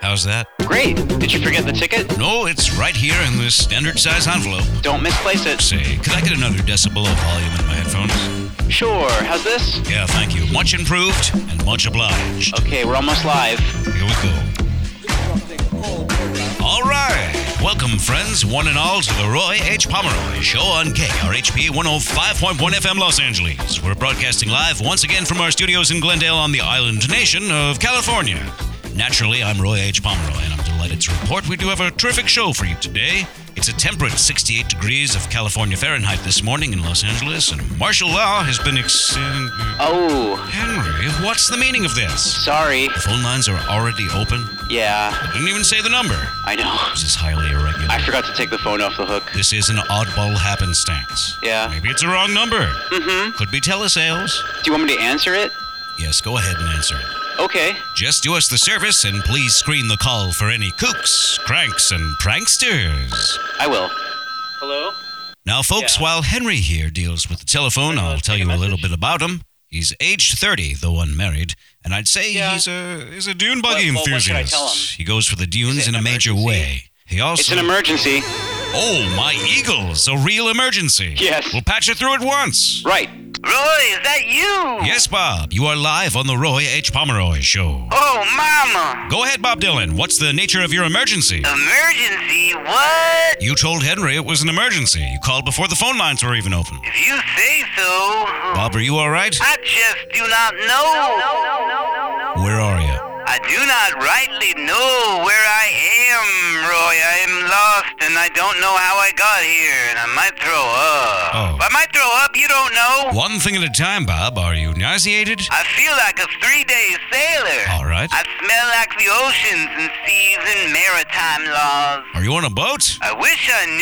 How's that? Great. Did you forget the ticket? No, it's right here in this standard size envelope. Don't misplace it. Say, could I get another decibel of volume in my headphones? Sure. How's this? Yeah, thank you. Much improved and much obliged. Okay, we're almost live. Here we go. All right. Welcome, friends, one and all, to the Roy H. Pomeroy Show on KRHP 105.1 FM Los Angeles. We're broadcasting live once again from our studios in Glendale on the island nation of California. Naturally, I'm Roy H. Pomeroy, and I'm delighted to report we do have a terrific show for you today. It's a temperate 68 degrees of California Fahrenheit this morning in Los Angeles, and martial law has been extended. Oh, Henry, what's the meaning of this? sorry. Phone lines are already open. Yeah, Didn't even say the number. I know. This is highly irregular. I forgot to take the phone off the hook. This is an oddball happenstance. Yeah. Maybe it's a wrong number. Mm-hmm. Could be telesales. Do you want me to answer it? Yes, go ahead and answer it. Okay. Just do us the service and please screen the call for any kooks, cranks, and pranksters. I will. Hello? Now, folks, Yeah. while Henry here deals with the telephone, Henry, I'll let's tell take you a a little message. bit about him. He's aged 30, though unmarried, and I'd say Yeah. he's a he's a dune buggy Well, well, what enthusiast. should I tell him? He goes for the Is dunes it in a an major emergency? way. He also It's an emergency. Oh, my eagles, a real emergency. Yes. We'll patch you through at once. Right. Roy, is that you? Yes, Bob, you are live on the Roy H. Pomeroy Show. Oh, Mama. Go ahead, Bob Dylan. What's the nature of your emergency? Emergency? What? You told Henry it was an emergency. You called before the phone lines were even open. If you say so. Bob, are you all right? I just do not know. Where are you? I do not rightly know where I am, Roy. I am lost and I don't know how I got here and I might throw up. Oh. I might throw up, you don't know. One thing at a time, Bob. Are you nauseated? I feel like a three day sailor. All right. I smell like the oceans and seas and maritime laws. Are you on a boat? I wish I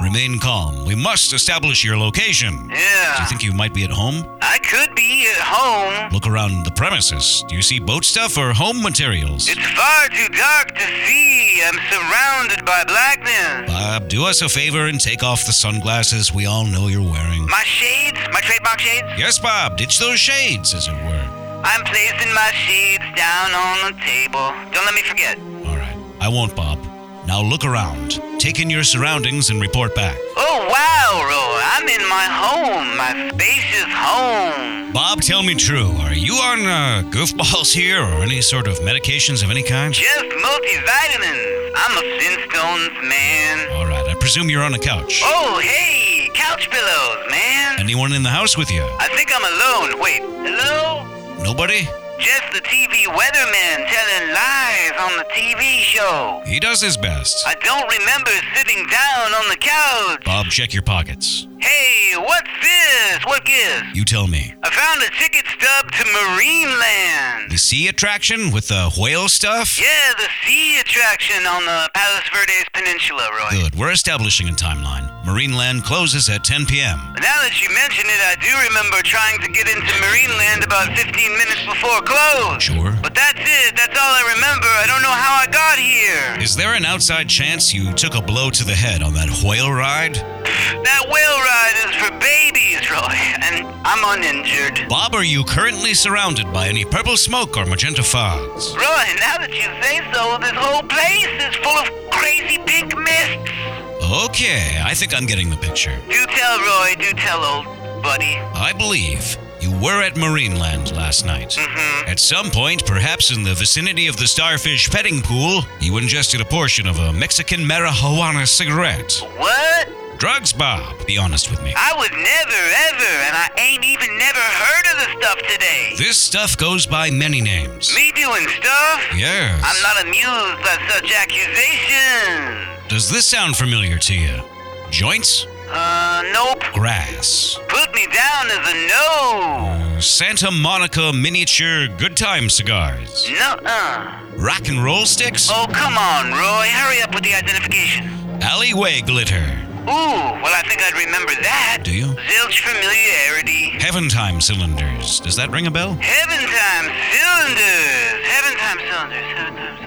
knew. Remain calm. We must establish your location. Do yeah. you think you might be at home? I could be at home. Look around the premises. Do you see boat stuff or home materials? It's far too dark to see. I'm surrounded by blackness. Bob, do us a favor and take off the sunglasses we all know you're wearing. My shades, my trademark shades, Yes, Bob, ditch those shades, as it were. I'm placing my shades down on the table. Don't let me forget. All right, I won't, Bob. Now look around, take in your surroundings, and report back. Oh, wow, Roy. I'm in my home, my spacious home. Bob, tell me true. Are you on uh, goofballs here or any sort of medications of any kind? Just multivitamins. I'm a Finstones man. All right, I presume you're on a couch. Oh, hey, couch pillows, man. Anyone in the house with you? I think I'm alone. Wait, hello? Nobody? Just the TV weatherman telling lies on the TV show. He does his best. I don't remember sitting down on the couch. Bob, check your pockets. Hey, what's this? What gives? You tell me. I found a ticket stub to Marineland. The sea attraction with the whale stuff? Yeah, the sea attraction on the Palos Verdes Peninsula, Roy. Good. We're establishing a timeline. Marineland closes at 10 p.m. Now that you mention it, I do remember trying to get into Marineland about 15 minutes before close. Sure. But that's it. That's all I remember. I don't know how I got here. Is there an outside chance you took a blow to the head on that whale ride? That whale ride is for babies, Roy, and I'm uninjured. Bob, are you currently surrounded by any purple smoke or magenta fogs? Roy, now that you say so, this whole place is full of crazy pink mists. Okay, I think I'm getting the picture. Do tell, Roy, do tell, old buddy. I believe you were at Marineland last night. At some point, perhaps in the vicinity of the starfish petting pool, you ingested a portion of a Mexican marijuana cigarette. What? Drugs, Bob, be honest with me. I was never, ever, and I ain't even never heard of the stuff today. This stuff goes by many names. Me doing stuff? Yes. I'm not amused by such accusations. Does this sound familiar to you? Joints? Uh, nope. Grass. Put me down as a no. Uh, Santa Monica miniature good time cigars. Nuh-uh. Rock and roll sticks? Oh, come on, Roy. Hurry up with the identification. Alleyway glitter. Ooh, well, I think I'd remember that. Do you? Zilch familiarity. Heaven time cylinders. Does that ring a bell? Heaven time cylinders. Heaven time cylinders. Heaven time cylinders.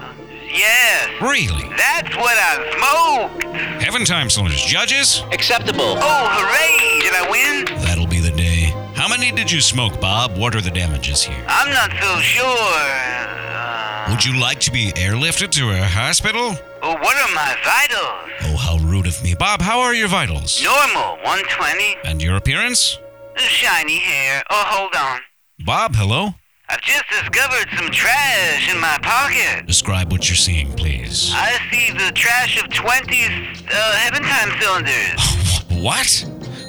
Yes, Really? that's what I smoked. Heaven time cylinders. Judges? Acceptable. Oh, hooray! Did I win? That'll be the day. How many did you smoke, Bob? What are the damages here? I'm not so sure. Uh, Would you like to be airlifted to a hospital? Oh, what are my vitals? Oh, how rude of me. Bob, how are your vitals? Normal, 120. And your appearance? Shiny hair. Oh, hold on. Bob, hello? I've just discovered some trash in my pocket. Describe what you're seeing, please. I see the trash of 20 uh, Heaven Time cylinders. What?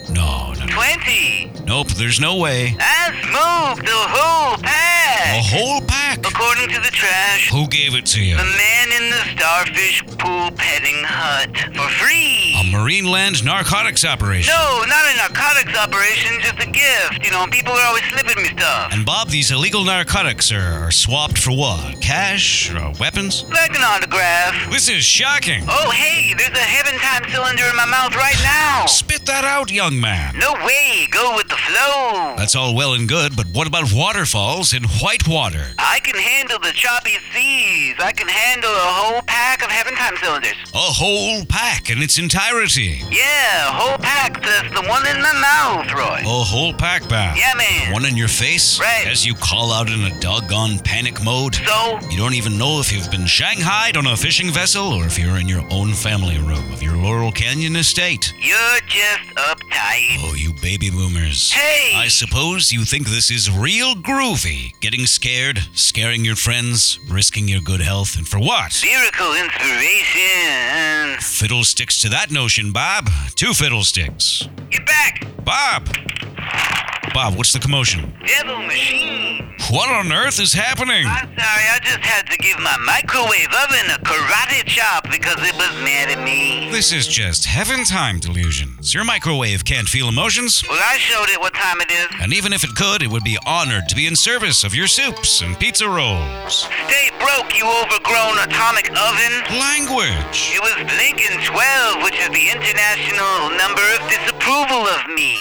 No, no, no. 20! Nope, there's no way. I smoked the whole A pack! whole pack. According to the trash, Who gave it to you? the man in the starfish pool petting hut for A free! Marine Land narcotics operation. No, not a narcotics operation, just a gift. You know, people are always slipping me stuff. And Bob, these illegal narcotics are, are swapped for what? Cash? Or weapons? Like an autograph. This is shocking. Oh, hey, there's a Heaven Time cylinder in my mouth right now! Spit that out, young man. No way, go with the flow! That's all well and good, but what about waterfalls in white water? I can handle the choppy seas. I can handle a whole pack of Heaven Time cylinders. A whole pack in its entirety. Yeah, a whole pack plus the one in my mouth, Roy. A whole pack, Bob. Yeah, man. One in your face? Right. As you call out in a doggone panic mode? So, You don't even know if you've been shanghaied on a fishing vessel or if you're in your own family room of your Laurel Canyon estate. you're just uptight. Oh, you baby boomers. Hey! I suppose you think this is real groovy. Getting scared, scaring your friends, risking your good health, and for what? Lyrical inspiration. Fiddlesticks to that notion, Bob. Two fiddlesticks. Get back! Bob! Bob, what's the commotion? Devil machine. What on earth is happening? I'm sorry, I just had to give my microwave oven a karate chop because it was mad at me. This is just heaven time delusions. Your microwave can't feel emotions, Well, I showed it what time it is. and even if it could, it would be honored to be in service of your soups and pizza rolls. Stay broke, you overgrown atomic oven. Language. It was Blinken 12, which is the international number of disapproval of me.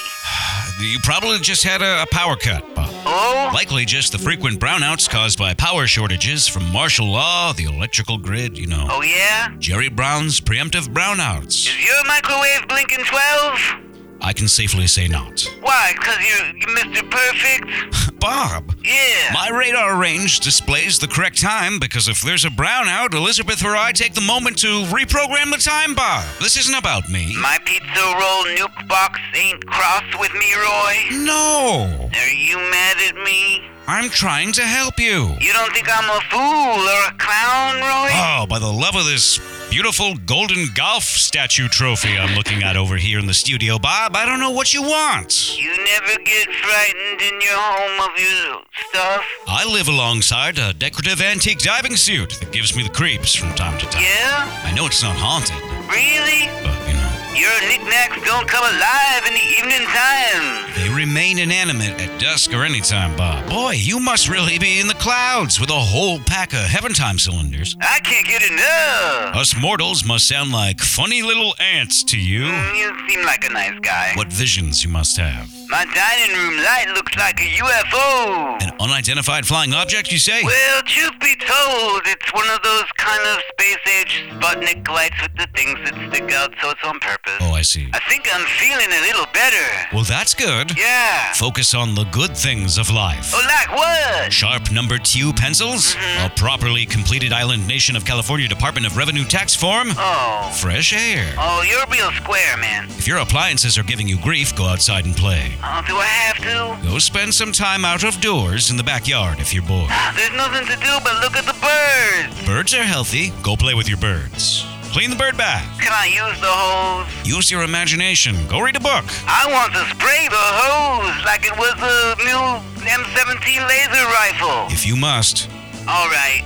You probably just had a, a power cut, Bob. Oh, Likely just the frequent brownouts caused by power shortages from martial law, the electrical grid, you know. oh yeah? Jerry Brown's preemptive brownouts. Is your microwave Blinken 12? I can safely say not. Why, because you're you're Mr. Perfect? Bob, Yeah. my radar range displays the correct time because if there's a brownout, Elizabeth or I take the moment to reprogram the time bar. This isn't about me. My pizza roll nuke box ain't cross with me, Roy. No, Are you mad at me? I'm trying to help you. You don't think I'm a fool or a clown, Roy? Oh, by the love of this beautiful golden golf statue trophy I'm looking at over here in the studio, Bob, I don't know what you want. You never get frightened in your home of your stuff, I live alongside a decorative antique diving suit that gives me the creeps from time to time. yeah? I know it's not haunted, Really? but you know, Your knickknacks don't come alive in the evening time. they remain inanimate at dusk or any time, Bob. Boy, you must really be in the clouds with a whole pack of heaven time cylinders. I can't get enough. Us mortals must sound like funny little ants to you. Mm, You seem like a nice guy. What visions you must have. My dining room light looks like a UFO. An unidentified flying object, you say? Well, truth be told, it's one of those kind of space age Sputnik lights with the things that stick out, so it's on purpose. Oh, I see. I think I'm feeling a little better. Well, that's good. Yeah. Focus on the good things of life. Oh, like what? Sharp number two pencils, a properly completed Island Nation of California Department of Revenue tax form, Oh. fresh air. Oh, you're real square, man. If your appliances are giving you grief, go outside and play. Oh, do I have to? Go spend some time out of doors in the backyard if you're bored. There's nothing to do but look at the birds. Birds are healthy, go play with your birds. Clean the bird bath. Can I use the hose? Use your imagination. Go read a book. I want to spray the hose like it was a new M17 laser rifle. If you must, All right,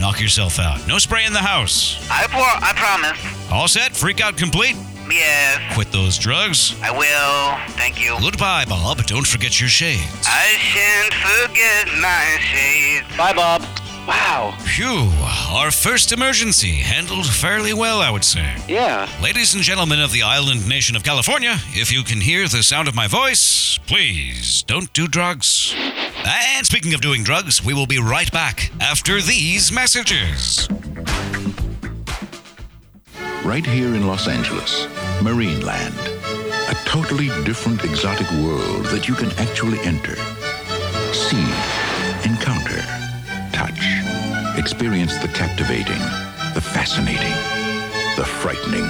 knock yourself out. No spray in the house. I pour. I promise. All set? Freak out complete? Yes, Quit those drugs. I will. Thank you. Goodbye, Bob. Don't forget your shades. I shan't forget my shades. Bye, Bob. Wow. Phew, our first emergency handled fairly well, I would say. Yeah. Ladies and gentlemen of the island nation of California, if you can hear the sound of my voice, please don't do drugs. And speaking of doing drugs, we will be right back after these messages. right here in Los Angeles, Marine Land. A totally different exotic world that you can actually enter, see, encounter, touch, experience. experience the captivating, the fascinating, the frightening,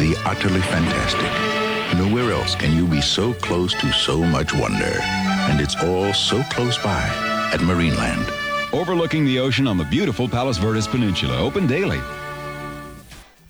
the utterly fantastic. Nowhere else can you be so close to so much wonder. And it's all so close by at Marineland. Overlooking the ocean on the beautiful Palos Verdes Peninsula, open daily.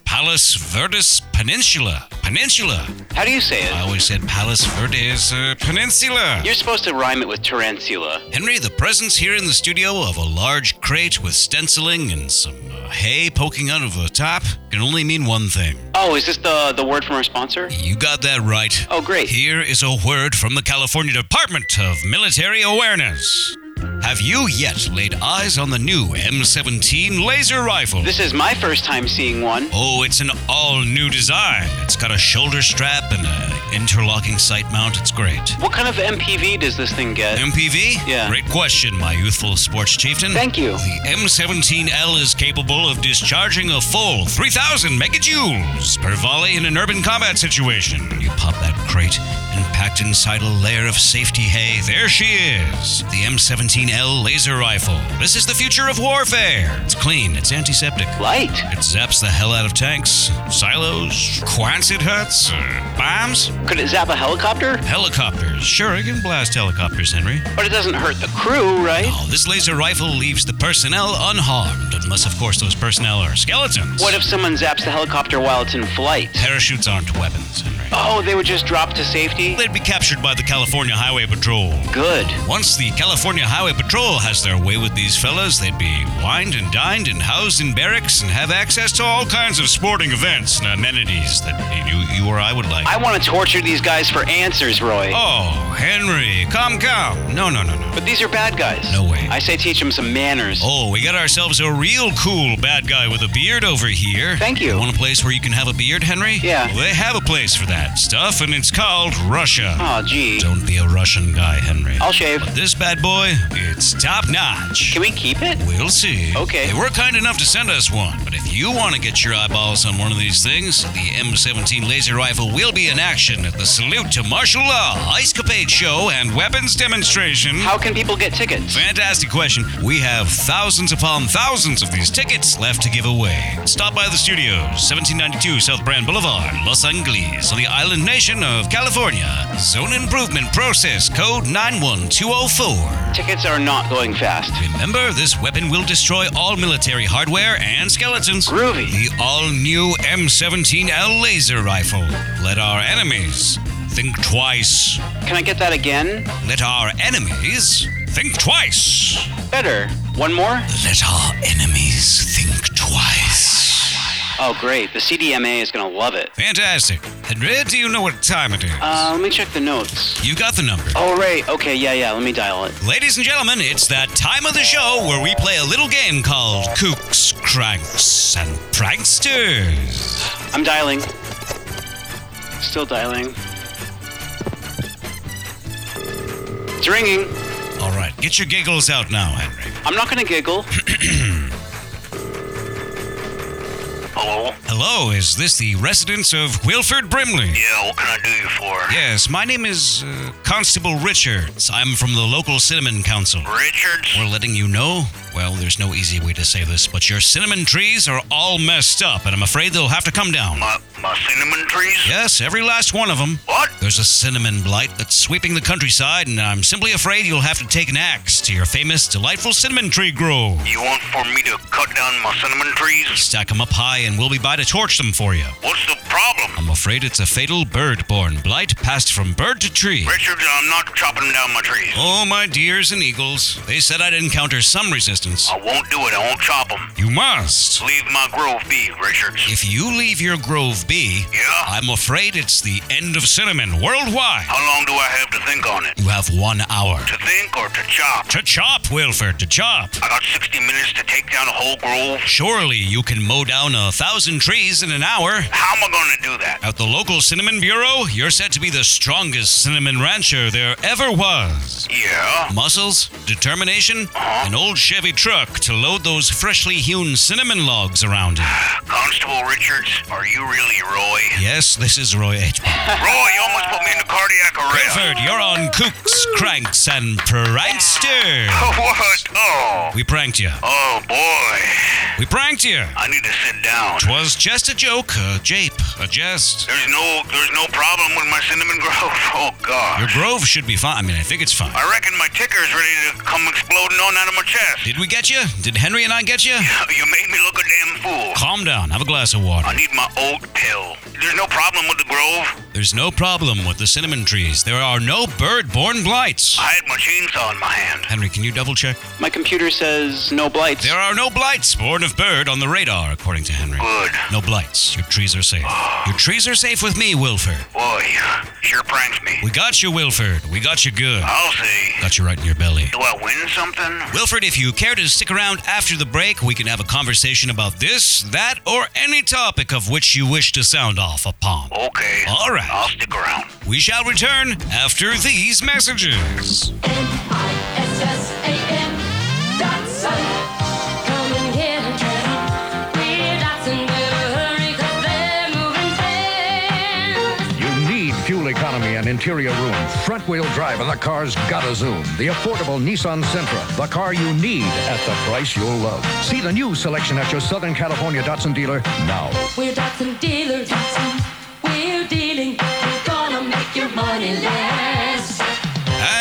Palos Verdes Peninsula. Peninsula. How do you say I it? always said Palos Verdes uh, Peninsula. You're supposed to rhyme it with tarantula. Henry, the presence here in the studio of a large crate with stenciling and some uh, hay poking out of the top can only mean one thing. Oh, is this the the word from our sponsor? You got that right. Oh, great. Here is a word from the California Department of Military Awareness. Have you yet laid eyes on the new M17 laser rifle? This is my first time seeing one. Oh, it's an all new design. It's got a shoulder strap and an interlocking sight mount. It's great. What kind of MPV does this thing get? MPV? Yeah. Great question, my youthful sports chieftain. Thank you. The M17L is capable of discharging a full 3,000 megajoules per volley in an urban combat situation. You pop that crate and packed inside a layer of safety hay, there she is, the M17L laser rifle. This is the future of warfare. It's clean, it's antiseptic. Light. It zaps the hell out of tanks, silos, Quonset huts, uh, bombs, Could it zap a helicopter? helicopters. Sure, it can blast helicopters, Henry. But it doesn't hurt the crew, right? Oh, this laser rifle leaves the personnel unharmed, unless, of course, those personnel are skeletons. What if someone zaps the helicopter while it's in flight? parachutes aren't weapons, Henry? Oh, they would just drop to safety? They'd be captured by the California Highway Patrol. Good. Once the California Highway Patrol has their way with these fellas, they'd be wined and dined and housed in barracks and have access to all kinds of sporting events and amenities that you, you or I would like. I want to torture these guys for answers, Roy. Oh, Henry, come, come. No, no, no, no. But these are bad guys. No way. I say teach them some manners. Oh, we got ourselves a real cool bad guy with a beard over here. Thank you. Want a place where you can have a beard, Henry? Yeah. Well, they have a place for that stuff, and it's called Russia. Aw, gee. Don't be a Russian guy, Henry. I'll shave. But this bad boy, it's top notch. Oh. Can we keep it? We'll see. Okay. They were kind enough to send us one, but if you want to get your eyeballs on one of these things, the M17 laser rifle will be in action at the Salute to Martial Law Ice Capade Show and Weapons Demonstration. How can people get tickets? Fantastic question. We have thousands upon thousands of these tickets left to give away. Stop by the studios, 1792 South Brand Boulevard, Los Angeles, on the island nation of California. Zone improvement process code 91204. Tickets are not going fast. Remember, this weapon will destroy all military hardware and skeletons. Groovy. The all new M17L laser rifle. Let our enemies think twice. Can I get that again? Let our enemies think twice. Better. One more? Let our enemies think twice. Oh, great. The CDMA is going to love it. Fantastic. Henry, do you know what time it is? Uh, let me check the notes. you got the number. Oh, right. Okay, yeah, yeah. Let me dial it. Ladies and gentlemen, it's that time of the show where we play a little game called Kooks, Cranks, and Pranksters. I'm dialing. Still dialing. It's ringing. All right, get your giggles out now, Henry. I'm not going to giggle. Hello? Hello, is this the residence of Wilford Brimley? Yeah, what can I do you for? Yes, my name is uh, Constable Richards. I'm from the local Cinnamon Council. Richards? We're letting you know. Well, there's no easy way to say this, but your cinnamon trees are all messed up, and I'm afraid they'll have to come down. My, my cinnamon trees? Yes, every last one of them. What? There's a cinnamon blight that's sweeping the countryside, and I'm simply afraid you'll have to take an axe to your famous, delightful cinnamon tree grove. You want for me to cut down my cinnamon trees? Stack them up high, and we'll be by to torch them for you. What's the problem? I'm afraid it's a fatal bird-borne blight passed from bird to tree. Richards, I'm not chopping down my trees. Oh, my deers and eagles, they said I'd encounter some resistance. I won't do it. I won't chop them. You must. Leave my grove be, Richards. If you leave your grove be, Yeah? I'm afraid it's the end of cinnamon worldwide. How long do I have to think on it? You have one hour. To think or to chop? To chop, Wilford, to chop. I got 60 minutes to take down a whole grove. Surely you can mow down a thousand trees in an hour. How am I going to do that? At the local Cinnamon Bureau, you're said to be the strongest cinnamon rancher there ever was. Yeah. Muscles, determination, an old Chevy truck to load those freshly hewn cinnamon logs around him. Constable Richards, are you really Roy? Yes, this is Roy H. Roy, you almost put me into cardiac arrest. Clifford, you're on Kooks, Cranks, and Prankster. what? Oh. We pranked you. Oh, boy. We pranked you. I need to sit down. Was just a joke, a jape, a jest. There's no there's no problem with my cinnamon grove. Oh Your god. grove should be fine. I mean, I think it's fine. I reckon my ticker's ready to come exploding on out of my chest. Did we get you? Did Henry and I get you? You made me look a damn fool. Calm down. Have a glass of water. I need my oat pill. There's no problem with the grove. There's no problem with the cinnamon trees. There are no bird-born blights. I had my chainsaw in my hand. Henry, can you double check? My computer says no blights. There are no blights born of bird on the radar, according to Henry. Good. No blights. Your trees are safe. Your trees are safe with me, Wilford. Boy, sure pranks me. We got you, Wilford. We got you good. I'll see. Got you right in your belly. Do I win something? Wilford, if you care to stick around after the break, we can have a conversation about this, that, or any topic of which you wish to sound off upon. Okay. All right. I'll stick around. We shall return after these messages. M-I-S-S-A-M Dotson. Come and get it. We're Dotson, better hurry, cause they're moving fast. You need fuel economy and interior room. Front wheel drive and the car's gotta zoom. The affordable Nissan Sentra, the car you need at the price you'll love. See the new selection at your Southern California Datsun dealer now. We're Dotson dealers. We're dealing. We're gonna make your money last.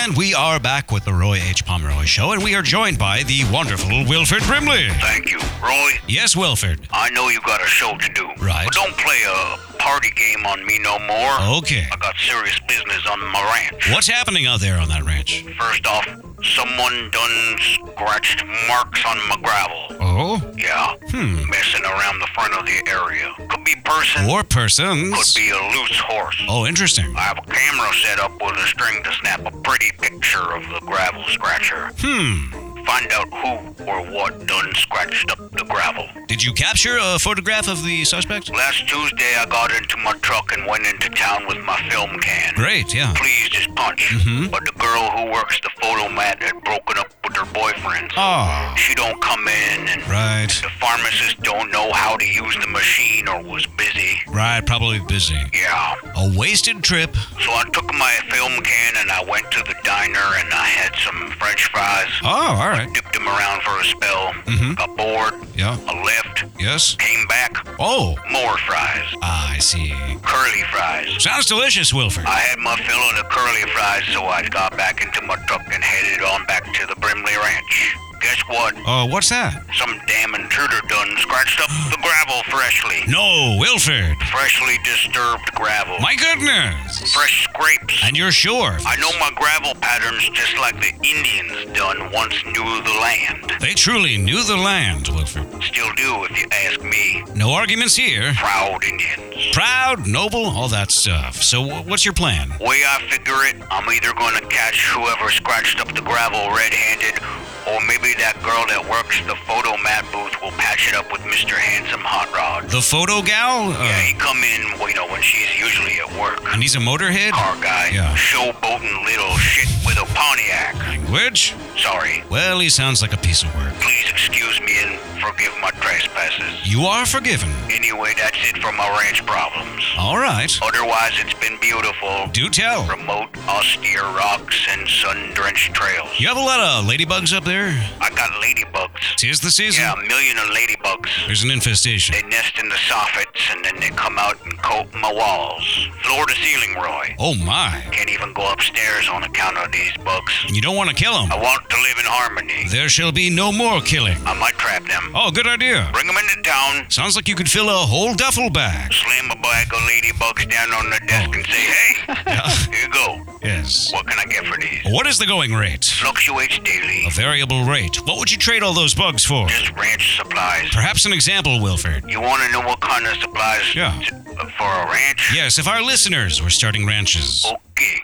And we are back with the Roy H. Pomeroy Show, and we are joined by the wonderful Wilford Brimley. Thank you. Roy, Yes, Wilford. I know you got a show to do. Right. Oh. But don't play a party game on me no more. Okay. I got serious business on my ranch. What's happening out there on that ranch? First off, someone done scratched marks on my gravel. Oh? Yeah. Hmm. Messing around the front of the area. Could be person, Four could persons. be a loose horse. Oh, interesting. I have a camera set up with a string to snap a pretty picture of the gravel scratcher. Hmm. Find out who or what done scratched up the gravel. Did you capture a photograph of the suspect? Last Tuesday, I got into my truck and went into town with my film can. Great, yeah. Pleased as punch. But the girl who works the photo mat had broken up with her boyfriend. Oh. She don't come in, and Right. the pharmacist don't know how to use the machine or was busy. Right, probably busy. Yeah. A wasted trip. So I took my film can and I went to the diner and I had some French fries. Oh, all right. Dipped them around for a spell. Got bored. Yeah. I left. Yes. Came back. Oh, More fries. I see. Curly fries. Sounds delicious, Wilford. I had my fill of the curly fries, so I got back into my truck and headed on back to the Brimley Ranch. Guess what? Oh, what's that? Some damn intruder done scratched up the gravel freshly. No, Wilford. Freshly disturbed gravel. My goodness. Fresh scrapes. And you're sure? I know my gravel patterns just like the Indians done once knew the land. They truly knew the land, Wilford. Still do, if you ask me. No arguments here. Proud Indians. Proud, noble, all that stuff. So, wh- what's your plan? Way I figure it, I'm either gonna catch whoever scratched up the gravel red-handed, or maybe that girl that works the photo mat booth will patch it up with Mr. Handsome Hot Rod. The photo gal? Yeah, Uh, he come in, well, you know, when she's usually at work. and he's a motorhead? Car guy, Yeah. showboating little shit with a Pontiac. Language? Sorry, Well, he sounds like a piece of work. please excuse me and forgive my trespasses. You are forgiven. Anyway, that's it for my ranch problems. All right. Otherwise, it's been beautiful. Do tell. Remote, austere rocks and sun-drenched trails. You have a lot of ladybugs up there? I got ladybugs. Tis the season. Yeah, a million of ladybugs. There's an infestation. They nest in the soffits and then they come out and coat my walls. Floor to ceiling, Roy. Oh my. Can't even go upstairs on account of these bugs. You don't want to kill them. I want to live in harmony. There shall be no more killing. I might trap them. Oh, good idea. Bring them into town. Sounds like you could fill a whole duffel bag. Slam a bag of ladybugs down on the desk Oh. and say, hey, here you go. Yes. What can I get for these? What is the going rate? Fluctuates daily. A variable rate. What would you trade all those bugs for? Just ranch supplies. Perhaps an example, Wilford. You want to know what kind of supplies Yeah. t- for a ranch? Yes, if our listeners were starting ranches. Okay.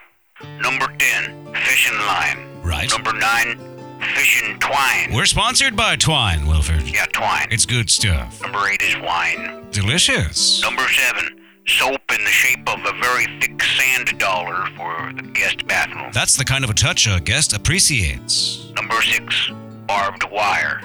Number 10, fishing line. Right. Number 9, fishing twine. We're sponsored by Twine, Wilford. Yeah, twine. It's good stuff. Number 8 is wine. Delicious. Number 7, soap in the shape of a very thick sand dollar for the guest bathroom. That's the kind of a touch a guest appreciates. Number six, barbed wire.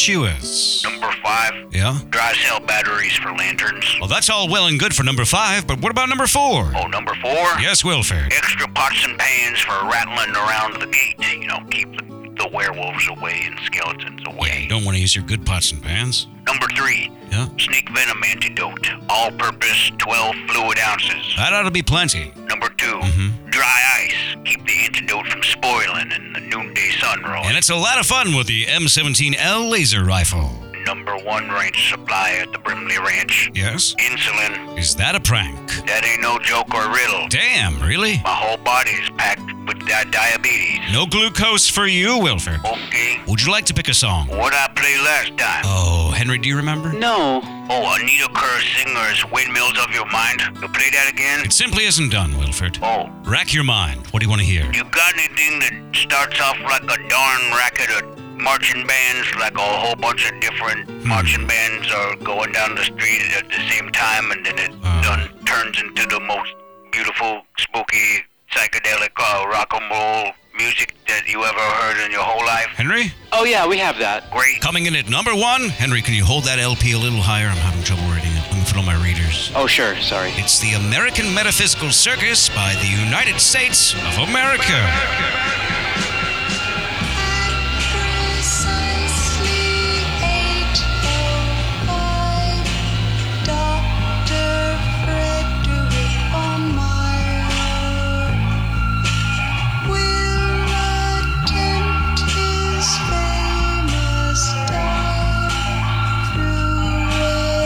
Ranchuas. Number five, Yeah? dry cell batteries for lanterns. Well, that's all well and good for number five, but what about number four? Oh, number four, Yes, Wilford. extra pots and pans for rattling around the gate. You know, keep the, the werewolves away and skeletons Yeah, you away. don't want to use your good pots and pans. Number three, Yeah? snake venom antidote, all-purpose 12 fluid ounces. That ought to be plenty. Number 2 Mm-hmm. dry ice. Keep the antidote from spoiling in the noonday sun rolls. And it's a lot of fun with the M17L laser rifle. Number one ranch supply at the Brimley Ranch. Yes? Insulin. Is that a prank? That ain't no joke or riddle. Damn, really? My whole body's packed with that diabetes. No glucose for you, Wilford. Okay. Would you like to pick a song? What I play last time? Oh, Henry, do you remember? No. Oh, Anita Kerr singer's Windmills of Your Mind. You play that again? It simply isn't done, Wilford. Oh. Rack your mind. What do you want to hear? You got anything that starts off like a darn racket of marching bands, like a whole bunch of different marching bands are going down the street at the same time, and then it Uh. done, turns into the most beautiful, spooky, psychedelic uh, rock and roll music that you ever heard in your whole life? Henry? Oh yeah, we have that. Great. Coming in at number one. Henry, can you hold that LP a little higher? I'm having trouble reading it. Let me put on my readers. Oh sure, sorry. It's the American Metaphysical Circus by the United States of America.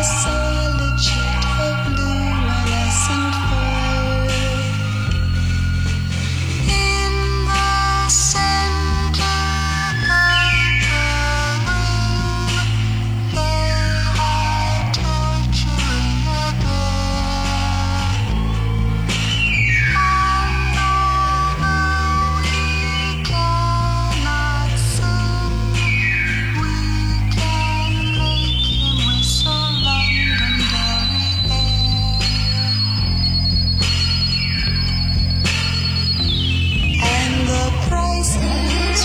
Solitude of luminescent fire. In the center of the I touch we cannot sing, we can make him whistle Londonderry air. And the price is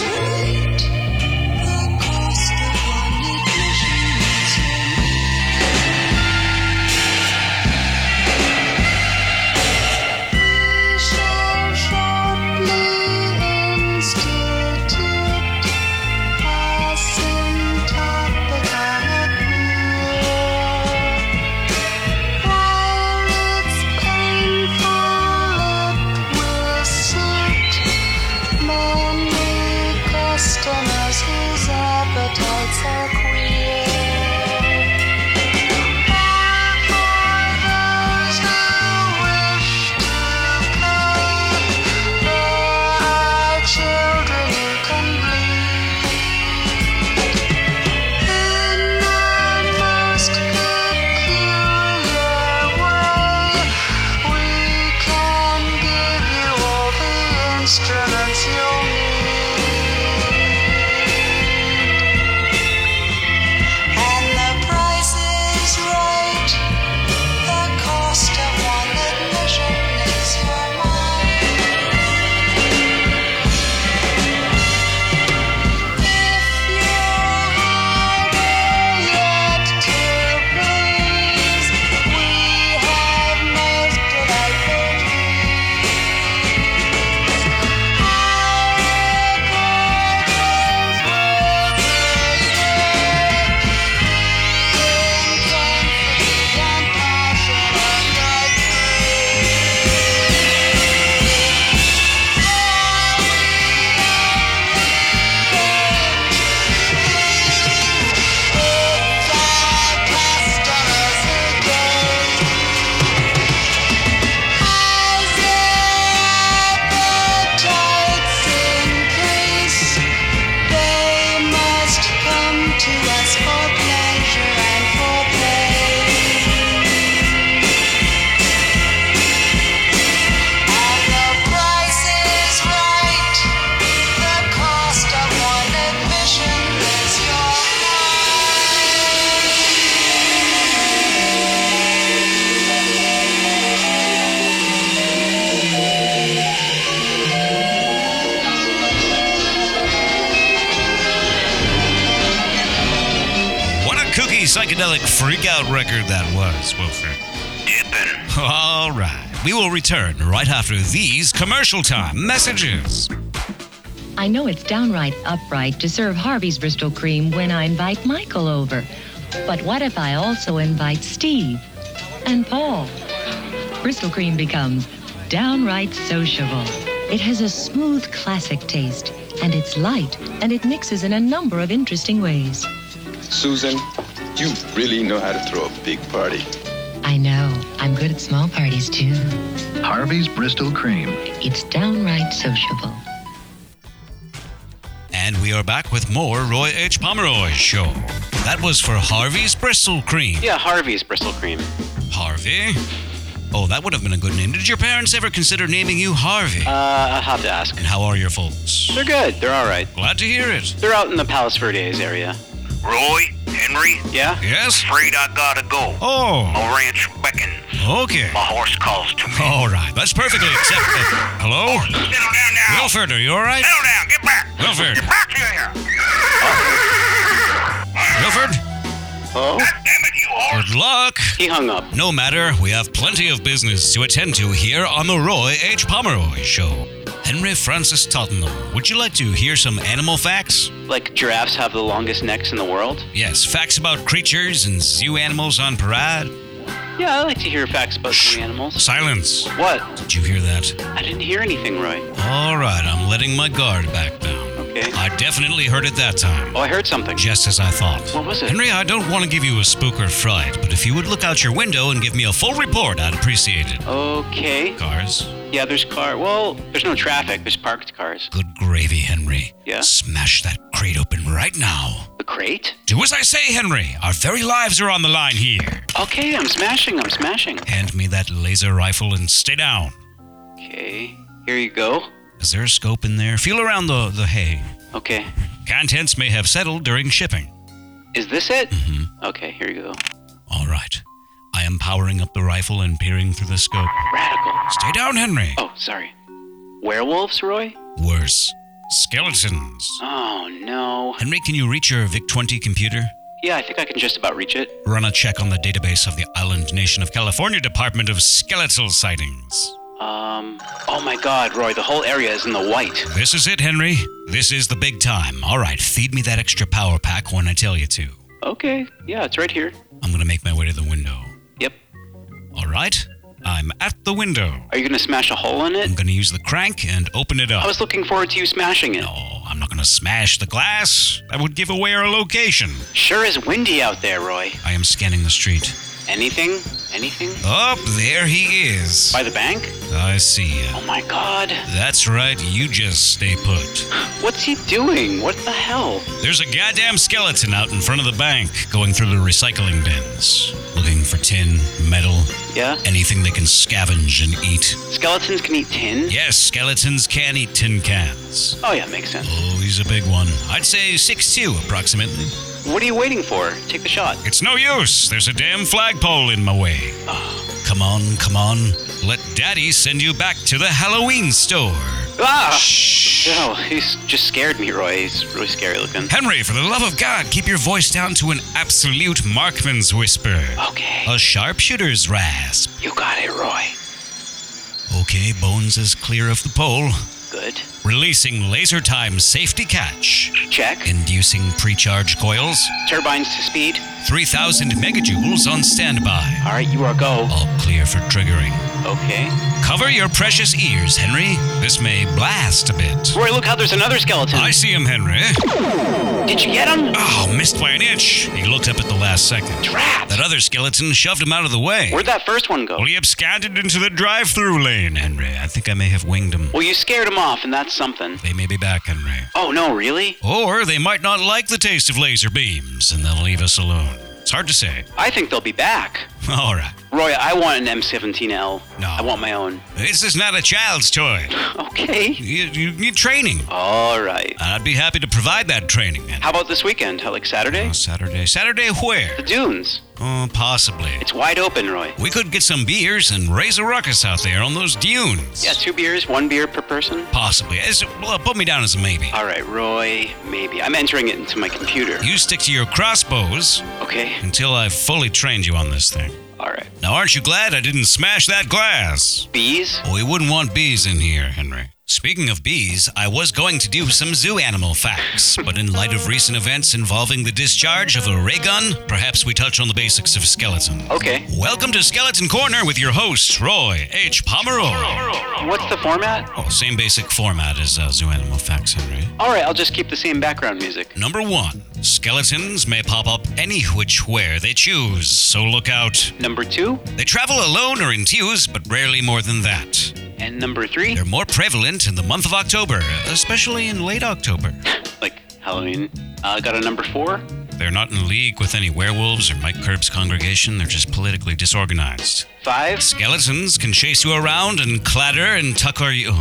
right. The cost of one ignition is right. We shall sharply institute a syntactic appeal. While it's painful, will suit many customers whose appetites are queer. But for those who wish to pay, there are children who can bleed. In the most peculiar way, we can give you all the instruments you'll need, and the price is right. The cost of one admission is your mind. If you're harder yet to please, we have most delightful dreams. Our psychedelic freakout record that was, Wilfred. Dippin'. All right. We will return right after these commercial time messages. I know it's downright upright to serve Harvey's Bristol cream when I invite Michael over. But what if I also invite Steve and Paul? Bristol cream becomes downright sociable. It has a smooth classic taste, and it's light, and it mixes in a number of interesting ways. Susan, you really know how to throw a big party. I know, I'm good at small parties too. Harvey's Bristol Cream. It's downright sociable. And we are back with more Roy H. Pomeroy show. That was for Harvey's Bristol Cream. Yeah, Harvey's Bristol Cream. Harvey? Oh, that would have been a good name. Did your parents ever consider naming you Harvey? Uh, I'll have to ask. and how are your folks? They're good. They're all right. Glad to hear it. They're out in the Palos Verdes area. Roy, Henry, Yeah? Yes? afraid I gotta go. Oh, My ranch beckons. okay. My horse calls to me. All right. That's perfectly acceptable. Hello? Settle down now. Wilfred, are you all right? Settle down. Get back. Wilfred. Get back here. Wilfred? Oh? God damn it, you horse. Good luck. He hung up. No matter, we have plenty of business to attend to here on the Roy H. Pomeroy Show. Henry Francis Tottenham, would you like to hear some animal facts? Like giraffes have the longest necks in the world? Yes, facts about creatures and zoo animals on parade. Yeah, I like to hear facts about some animals. Silence. What? Did you hear that? I didn't hear anything, Roy. All right, I'm letting my guard back down. Okay. I definitely heard it that time. Oh, I heard something. Just as I thought. What was it? Henry, I don't want to give you a spook or fright, but if you would look out your window and give me a full report, I'd appreciate it. Okay. Cars. Yeah, there's car. Well, there's no traffic. There's parked cars. Good gravy, Henry. Yeah? Smash that crate open right now. The crate? Do as I say, Henry. Our very lives are on the line here. Okay, I'm smashing. I'm smashing. Hand me that laser rifle and stay down. Okay. Here you go. Is there a scope in there? Feel around the, the hay. Okay. Contents may have settled during shipping. Is this it? Okay, here you go. All right. I am powering up the rifle and peering through the scope. Radical. Stay down, Henry. Oh, sorry. Werewolves, Roy? Worse. Skeletons. Oh, no. Henry, can you reach your VIC 20 computer? Yeah, I think I can just about reach it. Run a check on the database of the Island Nation of California Department of Skeletal Sightings. Um, oh my god, Roy, the whole area is in the white. This is it, Henry. This is the big time. All right, feed me that extra power pack when I tell you to. Okay, yeah, it's right here. I'm gonna make my way to the window. Yep. All right, I'm at the window. Are you gonna smash a hole in it? I'm gonna use the crank and open it I up. was looking forward to you smashing it. No, I'm not gonna smash the glass. That would give away our location. Sure is windy out there, Roy. I am scanning the street. Anything? Anything? Up there he is. By the bank? I see ya. Oh my god. That's right, you just stay put. What's he doing? What the hell? There's a goddamn skeleton out in front of the bank going through the recycling bins, looking for tin, metal, Yeah? anything they can scavenge and eat. Skeletons can eat tin? Yes, skeletons can eat tin cans. Oh yeah, makes sense. Oh, he's a big one. I'd say six two, approximately. What are you waiting for? Take the shot. It's no use. There's a damn flagpole in my way. Come on, come on. Let Daddy send you back to the Halloween store. Ah! Shh. No, he's just scared me, Roy. He's really scary looking. Henry, for the love of God, keep your voice down to an absolute markman's whisper. Okay. A sharpshooter's rasp. You got it, Roy. Okay, Bones is clear of the pole. Good. Releasing laser time safety catch. Check. Inducing precharge coils. Turbines to speed. 3000 megajoules on standby. All right, you are go. All clear for triggering. Okay. Cover your precious ears, Henry. This may blast a bit. Roy, look how there's another skeleton. I see him, Henry. Did you get him? Oh, missed by an inch. He looked up at the last second. Trap. That other skeleton shoved him out of the way. Where'd that first one go? Well, he absconded into the drive through lane, Henry. I think I may have winged him. Well, you scared him off, and that's something. They may be back, Henry. Oh, no, really? Or they might not like the taste of laser beams and they'll leave us alone. It's hard to say. I think they'll be back. All right. Roy, I want an M17L. No. I want my own. This is not a child's toy. Okay. You, you need training. All right. I'd be happy to provide that training. Henry. How about this weekend? How, Like Saturday? Saturday. Saturday where? The dunes. Oh, possibly. It's wide open, Roy. We could get some beers and raise a ruckus out there on those dunes. Yeah, two beers, one beer per person. Possibly. It's- well, put me down as a maybe. All right, Roy, maybe. I'm entering it into my computer. You stick to your crossbows. Okay. Until I've fully trained you on this thing. All right. Now, aren't you glad I didn't smash that glass? Bees? We wouldn't want bees in here, Henry. Speaking of bees, I was going to do some zoo animal facts, but in light of recent events involving the discharge of a ray gun, perhaps we touch on the basics of skeleton. Okay. Welcome to Skeleton Corner with your host, Roy H. Pomeroy. What's the format? Oh, same basic format as uh, zoo animal facts, Henry. All right, I'll just keep the same background music. Number one, skeletons may pop up any which where they choose, so look out. Number two, They travel alone or in twos, but rarely more than that. and number three, They're more prevalent in the month of October, especially in late October. like Halloween. Uh, got a number four? They're not in league with any werewolves or Mike Kerb's congregation, they're just politically disorganized. Five? Skeletons can chase you around and clatter and tucker you.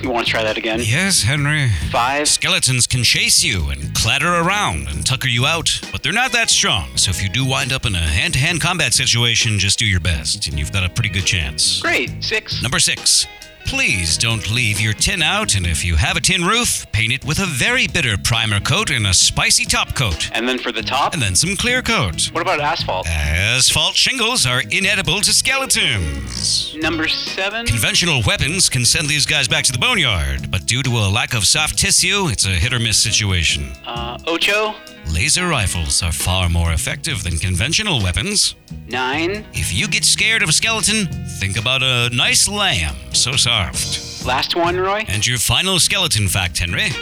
You want to try that again? yes, Henry. Five? Skeletons can chase you and clatter around and tucker you out, but they're not that strong, so if you do wind up in a hand to hand combat situation, just do your best, and you've got a pretty good chance. Great. Six? Number six, please don't leave your tin out, and if you have a tin roof, paint it with a very bitter primer coat and a spicy top coat, And then for the top? and then some clear coat. What about asphalt? Asphalt shingles are inedible to skeletons. Number seven? Conventional weapons can send these guys back to the boneyard, but due to a lack of soft tissue, it's a hit or miss situation. Uh, Ocho? Laser rifles are far more effective than conventional weapons. Nine? If you get scared of a skeleton, think about a nice lamb, so soft. Last one, Roy? And your final skeleton fact, Henry.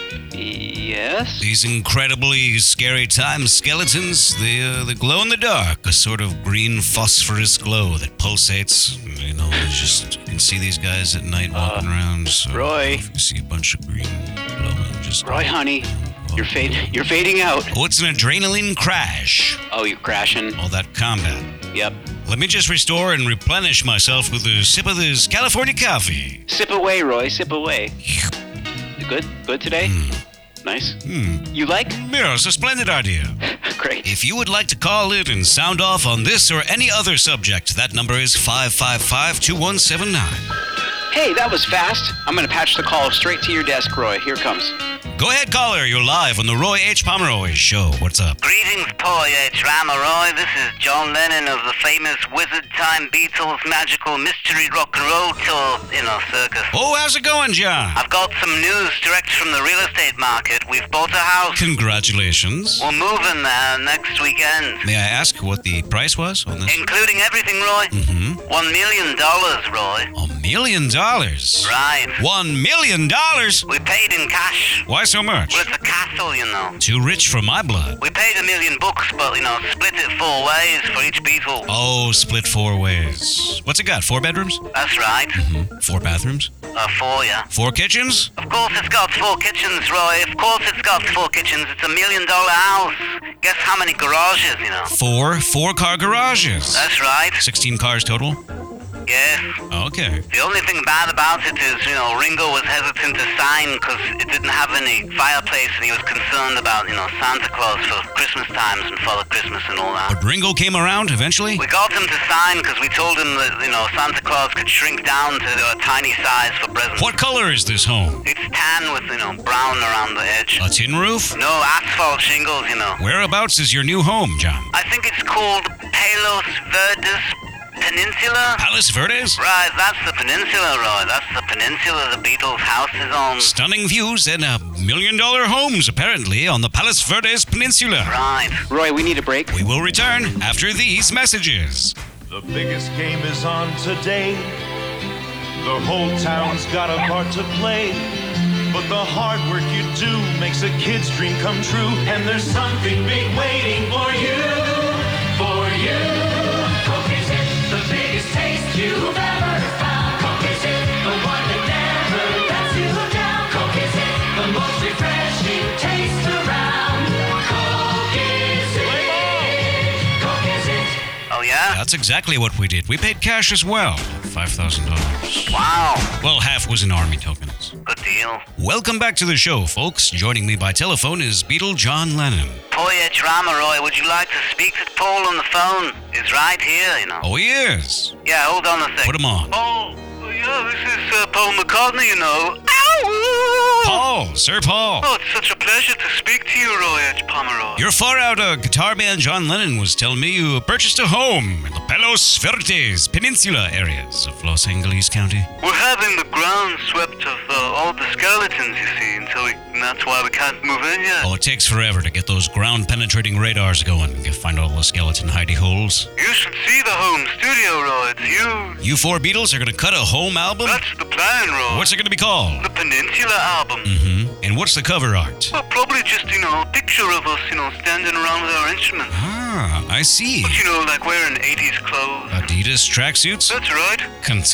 Yes? These incredibly scary times skeletons, they, uh, they glow in the dark, a sort of green phosphorus glow that pulsates. You know, it's just you can see these guys at night walking around. So Uh, Roy. If you see a bunch of green glowing, just Roy, honey, you're, fade- you're fading out. Oh, it's an adrenaline crash. Oh, you're crashing. All that combat. Yep. Let me just restore and replenish myself with a sip of this California coffee. Sip away, Roy. Sip away. You good? Good today? Nice. Hmm. You like? Yeah, it's a splendid idea. Great. If you would like to call in and sound off on this or any other subject, that number is 555 2179. Hey, that was fast. I'm gonna patch the call straight to your desk, Roy. Here it comes. Go ahead, caller. You're live on the Roy H. Pomeroy Show. What's up? Greetings, Paul H. Roy. This is John Lennon of the famous Wizard Time Beatles Magical Mystery Rock and Roll Tour in our circus. Oh, how's it going, John? I've got some news direct from the real estate market. We've bought a house. Congratulations. We're moving there next weekend. May I ask what the price was on this? Including everything, Roy. Mm-hmm. One million dollars, Roy. A million dollars. Right. One million dollars? We paid in cash. Why so much? Well, it's a castle, you know. Too rich for my blood. We paid a million bucks, but, you know, split it four ways for each beetle. Oh, split four ways. What's it got? Four bedrooms? That's right. Mm-hmm. Four bathrooms? Uh, four, yeah. Four kitchens? Of course it's got four kitchens, Roy. Of course it's got four kitchens. It's a million dollar house. Guess how many garages, you know? Four four car garages. That's right. 16 cars total? Yes. Okay. The only thing bad about it is, you know, Ringo was hesitant to sign because it didn't have any fireplace and he was concerned about, you know, Santa Claus for Christmas times and Father Christmas and all that. But Ringo came around eventually? We got him to sign because we told him that, you know, Santa Claus could shrink down to a tiny size for presents. What color is this home? It's tan with, you know, brown around the edge. A tin roof? No asphalt shingles, you know. Whereabouts is your new home, John? I think it's called Palos Verdes Peninsula. Palace Verdes? Right, that's the peninsula, Roy. That's the peninsula the Beatles' house is on. Stunning views and a million dollar homes, apparently, on the Palos Verdes Peninsula. Right. Roy, we need a break. We will return after these messages. The biggest game is on today. The whole town's got a part to play. But the hard work you do makes a kid's dream come true. And there's something big waiting for you. For you. Cookies Hit, the biggest taste you've ever found. Cookies Hit, the one that never lets you down. Cookies Hit, the most refreshing taste around. Cookies Hit. Cookies Hit. Oh, yeah? That's exactly what we did. We paid cash as well, $5,000. Wow. Well, half was in Army tokens. Good deal. Welcome back to the show, folks. Joining me by telephone is Beatle John Lennon. Boy, it's Romeroy. Would you like to speak to Paul on the phone? It's right here, you know. Oh, he is. Yeah, hold on a sec. Put him on. Oh, yeah, this is uh, Paul McCartney, you know. Ow! Paul, Sir Paul. Oh, it's such a pleasure to speak to you, Roy H. Pomeroy. Your far out uh, guitar man John Lennon was telling me you purchased a home in the Palos Verdes Peninsula areas of Los Angeles County. We're having the ground swept of uh, all the skeletons, you see, until we, and that's why we can't move in yet. Oh, it takes forever to get those ground penetrating radars going. You find all the skeleton hidey holes. You should see the home studio, Roy. It's huge. You four Beatles are going to cut a home album? That's the plan, Roy. What's it going to be called? The Peninsula album. Mm-hmm. And what's the cover art? Well, probably just, you know, a picture of us, you know, standing around with our instruments. Ah, I see. But, you know, like wearing 80s Mm. clothes. Adidas tracksuits? That's right.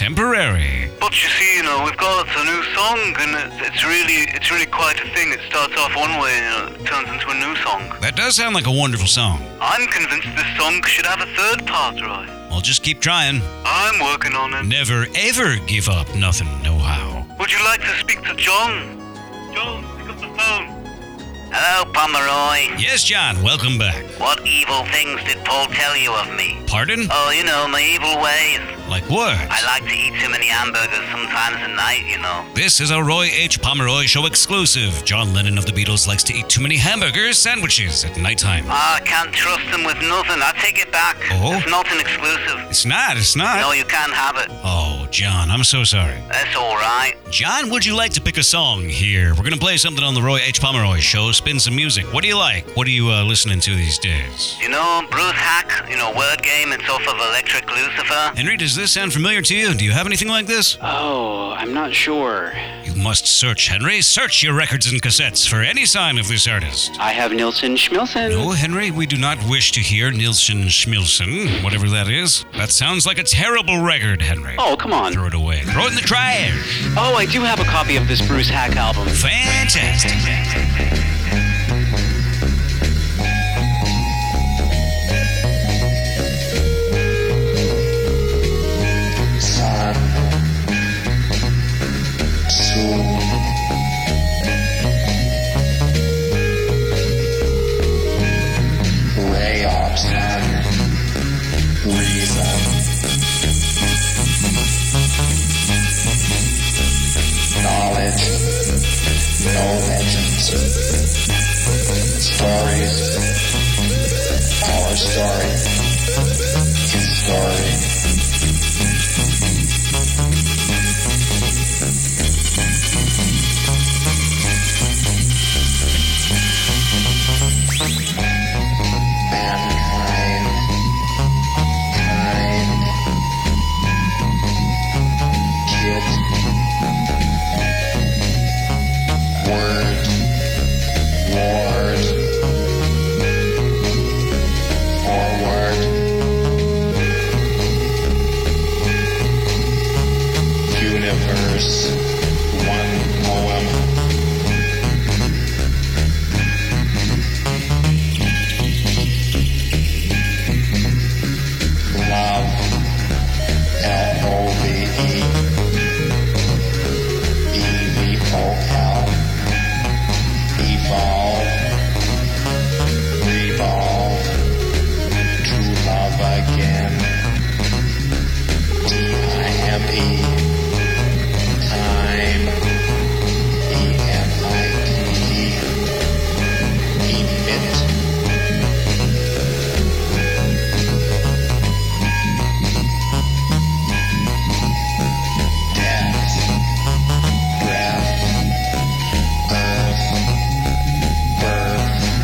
Contemporary. But you see, you know, we've got a new song, and it- it's really, it's really quite a thing. It starts off one way, and you know, it turns into a new song. That does sound like a wonderful song. I'm convinced this song should have a third part, Roy. I'll just keep trying. I'm working on it. Never ever give up, nothing, no how. Would you like to speak to John? John, pick up the phone. Hello, Pomeroy. Yes, John, welcome back. What evil things did Paul tell you of me? Pardon? Oh, you know, my evil ways. Like what? I like to eat too many hamburgers sometimes at night, you know. This is a Roy H. Pomeroy show exclusive. John Lennon of the Beatles likes to eat too many hamburgers, sandwiches at nighttime. Ah, I can't trust them with nothing. I take it back. Oh? It's not an exclusive. It's not, it's not. No, you can't have it. Oh, John, I'm so sorry. That's all right. John, would you like to pick a song here? We're going to play something on the Roy H. Pomeroy show, spin some music. What do you like? What are you uh, listening to these days? You know, Bruce Hack, you know, word game, it's off of Electric Lucifer. Henry, does this sound familiar to you? Do you have anything like this? Oh, I'm not sure. You must search, Henry. Search your records and cassettes for any sign of this artist. I have Nilsson Schmilson. No, Henry, we do not wish to hear Nilsson Schmilson, whatever that is. That sounds like a terrible record, Henry. Oh, come on. Throw it away. Throw it in the trash. Oh, I do have a copy of this Bruce Hack album. Fantastic. Knowledge, no legends, stories, our story, his story. Mankind, kind, kid, word, ward, forward, universe, one poem. Love, L-O-V-E, E-V-O-L evolve, revolve, to love again. D-I-M-E, time, E-M-I-T, emit, death, breath, earth,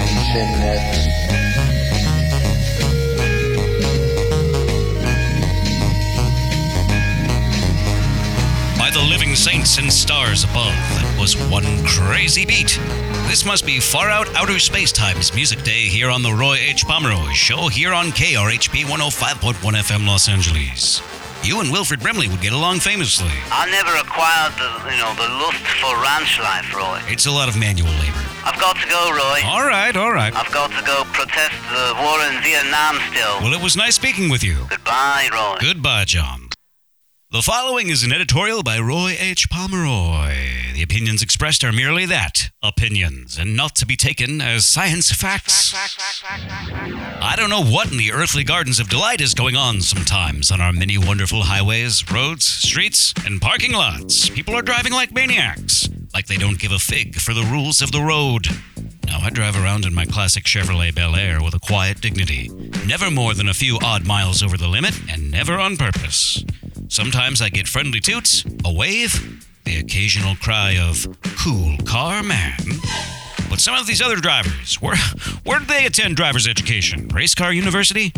infinite. By the living saints and stars above, that was one crazy beat. This must be Far Out Outer Space Times Music Day here on the Roy H. Pomeroy Show here on KRHP 105.1 FM Los Angeles. You and Wilfred Brimley would get along famously. I never acquired the, you know, the lust for ranch life, Roy. It's a lot of manual labor. I've got to go, Roy. All right, all right. I've got to go protest the war in Vietnam still. Well, it was nice speaking with you. Goodbye, Roy. Goodbye, John. The following is an editorial by Roy H. Pomeroy. The opinions expressed are merely that opinions, and not to be taken as science facts. I don't know what in the earthly gardens of delight is going on sometimes on our many wonderful highways, roads, streets, and parking lots. People are driving like maniacs, like they don't give a fig for the rules of the road. Now, I drive around in my classic Chevrolet Bel Air with a quiet dignity, never more than a few odd miles over the limit, and never on purpose. Sometimes I get friendly toots, a wave, the occasional cry of cool car man. But some of these other drivers, where where do they attend driver's education? Race car university?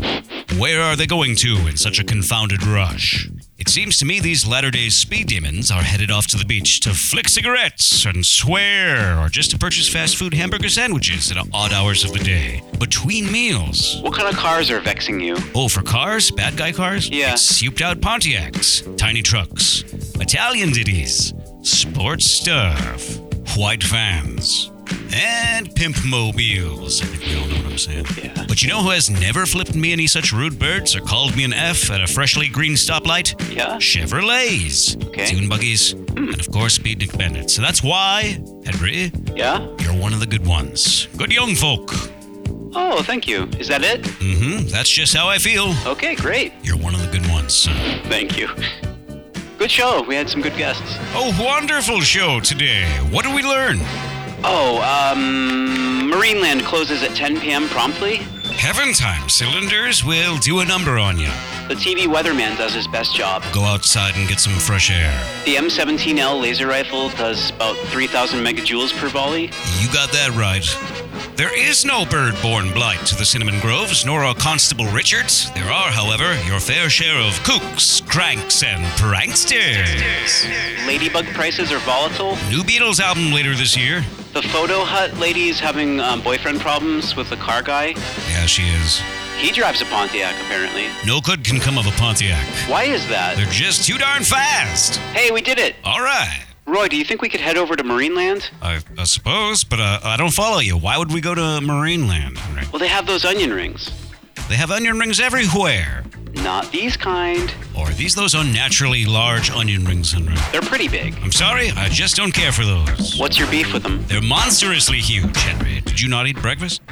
Where are they going to in such a confounded rush? It seems to me these latter-day speed demons are headed off to the beach to flick cigarettes and swear, or just to purchase fast food hamburger sandwiches at odd hours of the day between meals. What kind of cars are vexing you? Oh, for cars? Bad guy cars? Yeah. souped out Pontiacs, tiny trucks, Italian ditties, sports stuff, white vans, and pimp mobiles. I think we all know what I'm saying. Yeah. But you know who has never flipped me any such rude birds or called me an F at a freshly green stoplight? Yeah. Chevrolets, dune buggies, and of course, speednik bandits. So that's why, Henry, Yeah? you're one of the good ones. Good young folk. Oh, thank you. Is that it? Mm-hmm. That's just how I feel. Okay, great. You're one of the good ones. son. Thank you. Good show. We had some good guests. Oh, wonderful show today. What did we learn? Oh, um, Marineland closes at 10 p.m. promptly. Heaven time cylinders will do a number on you. The TV weatherman does his best job. Go outside and get some fresh air. The M17L laser rifle does about 3,000 megajoules per volley. You got that right. There is no bird born blight to the Cinnamon Groves, nor a Constable Richards. There are, however, your fair share of kooks, cranks, and pranksters. Ladybug prices are volatile. New Beatles album later this year. The photo hut lady's having um, boyfriend problems with the car guy. Yeah, she is. He drives a Pontiac, apparently. No good can come of a Pontiac. Why is that? They're just too darn fast. Hey, we did it! All right. Roy, do you think we could head over to Marineland? I, I suppose, but uh, I don't follow you. Why would we go to Marineland? Henry? Well, they have those onion rings. They have onion rings everywhere. Not these kind. Or are these those unnaturally large onion rings, Henry? They're pretty big. I'm sorry, I just don't care for those. What's your beef with them? They're monstrously huge, Henry. Did you not eat breakfast?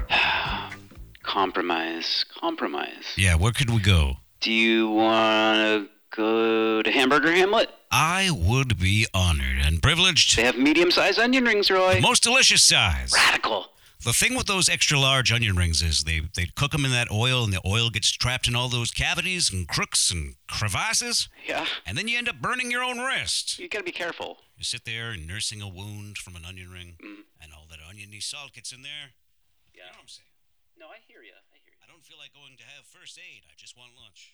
Compromise. Compromise. Yeah, where could we go? Do you want to go to Hamburger Hamlet? I would be honored and privileged. They have medium sized onion rings, Roy. The most delicious size. Radical. The thing with those extra large onion rings is they, they cook them in that oil, and the oil gets trapped in all those cavities and crooks and crevasses, Yeah. and then you end up burning your own wrist. You gotta be careful. You sit there nursing a wound from an onion ring, and all that oniony salt gets in there. You know what I'm saying? No, I hear you. I hear you. I don't feel like going to have first aid. I just want lunch.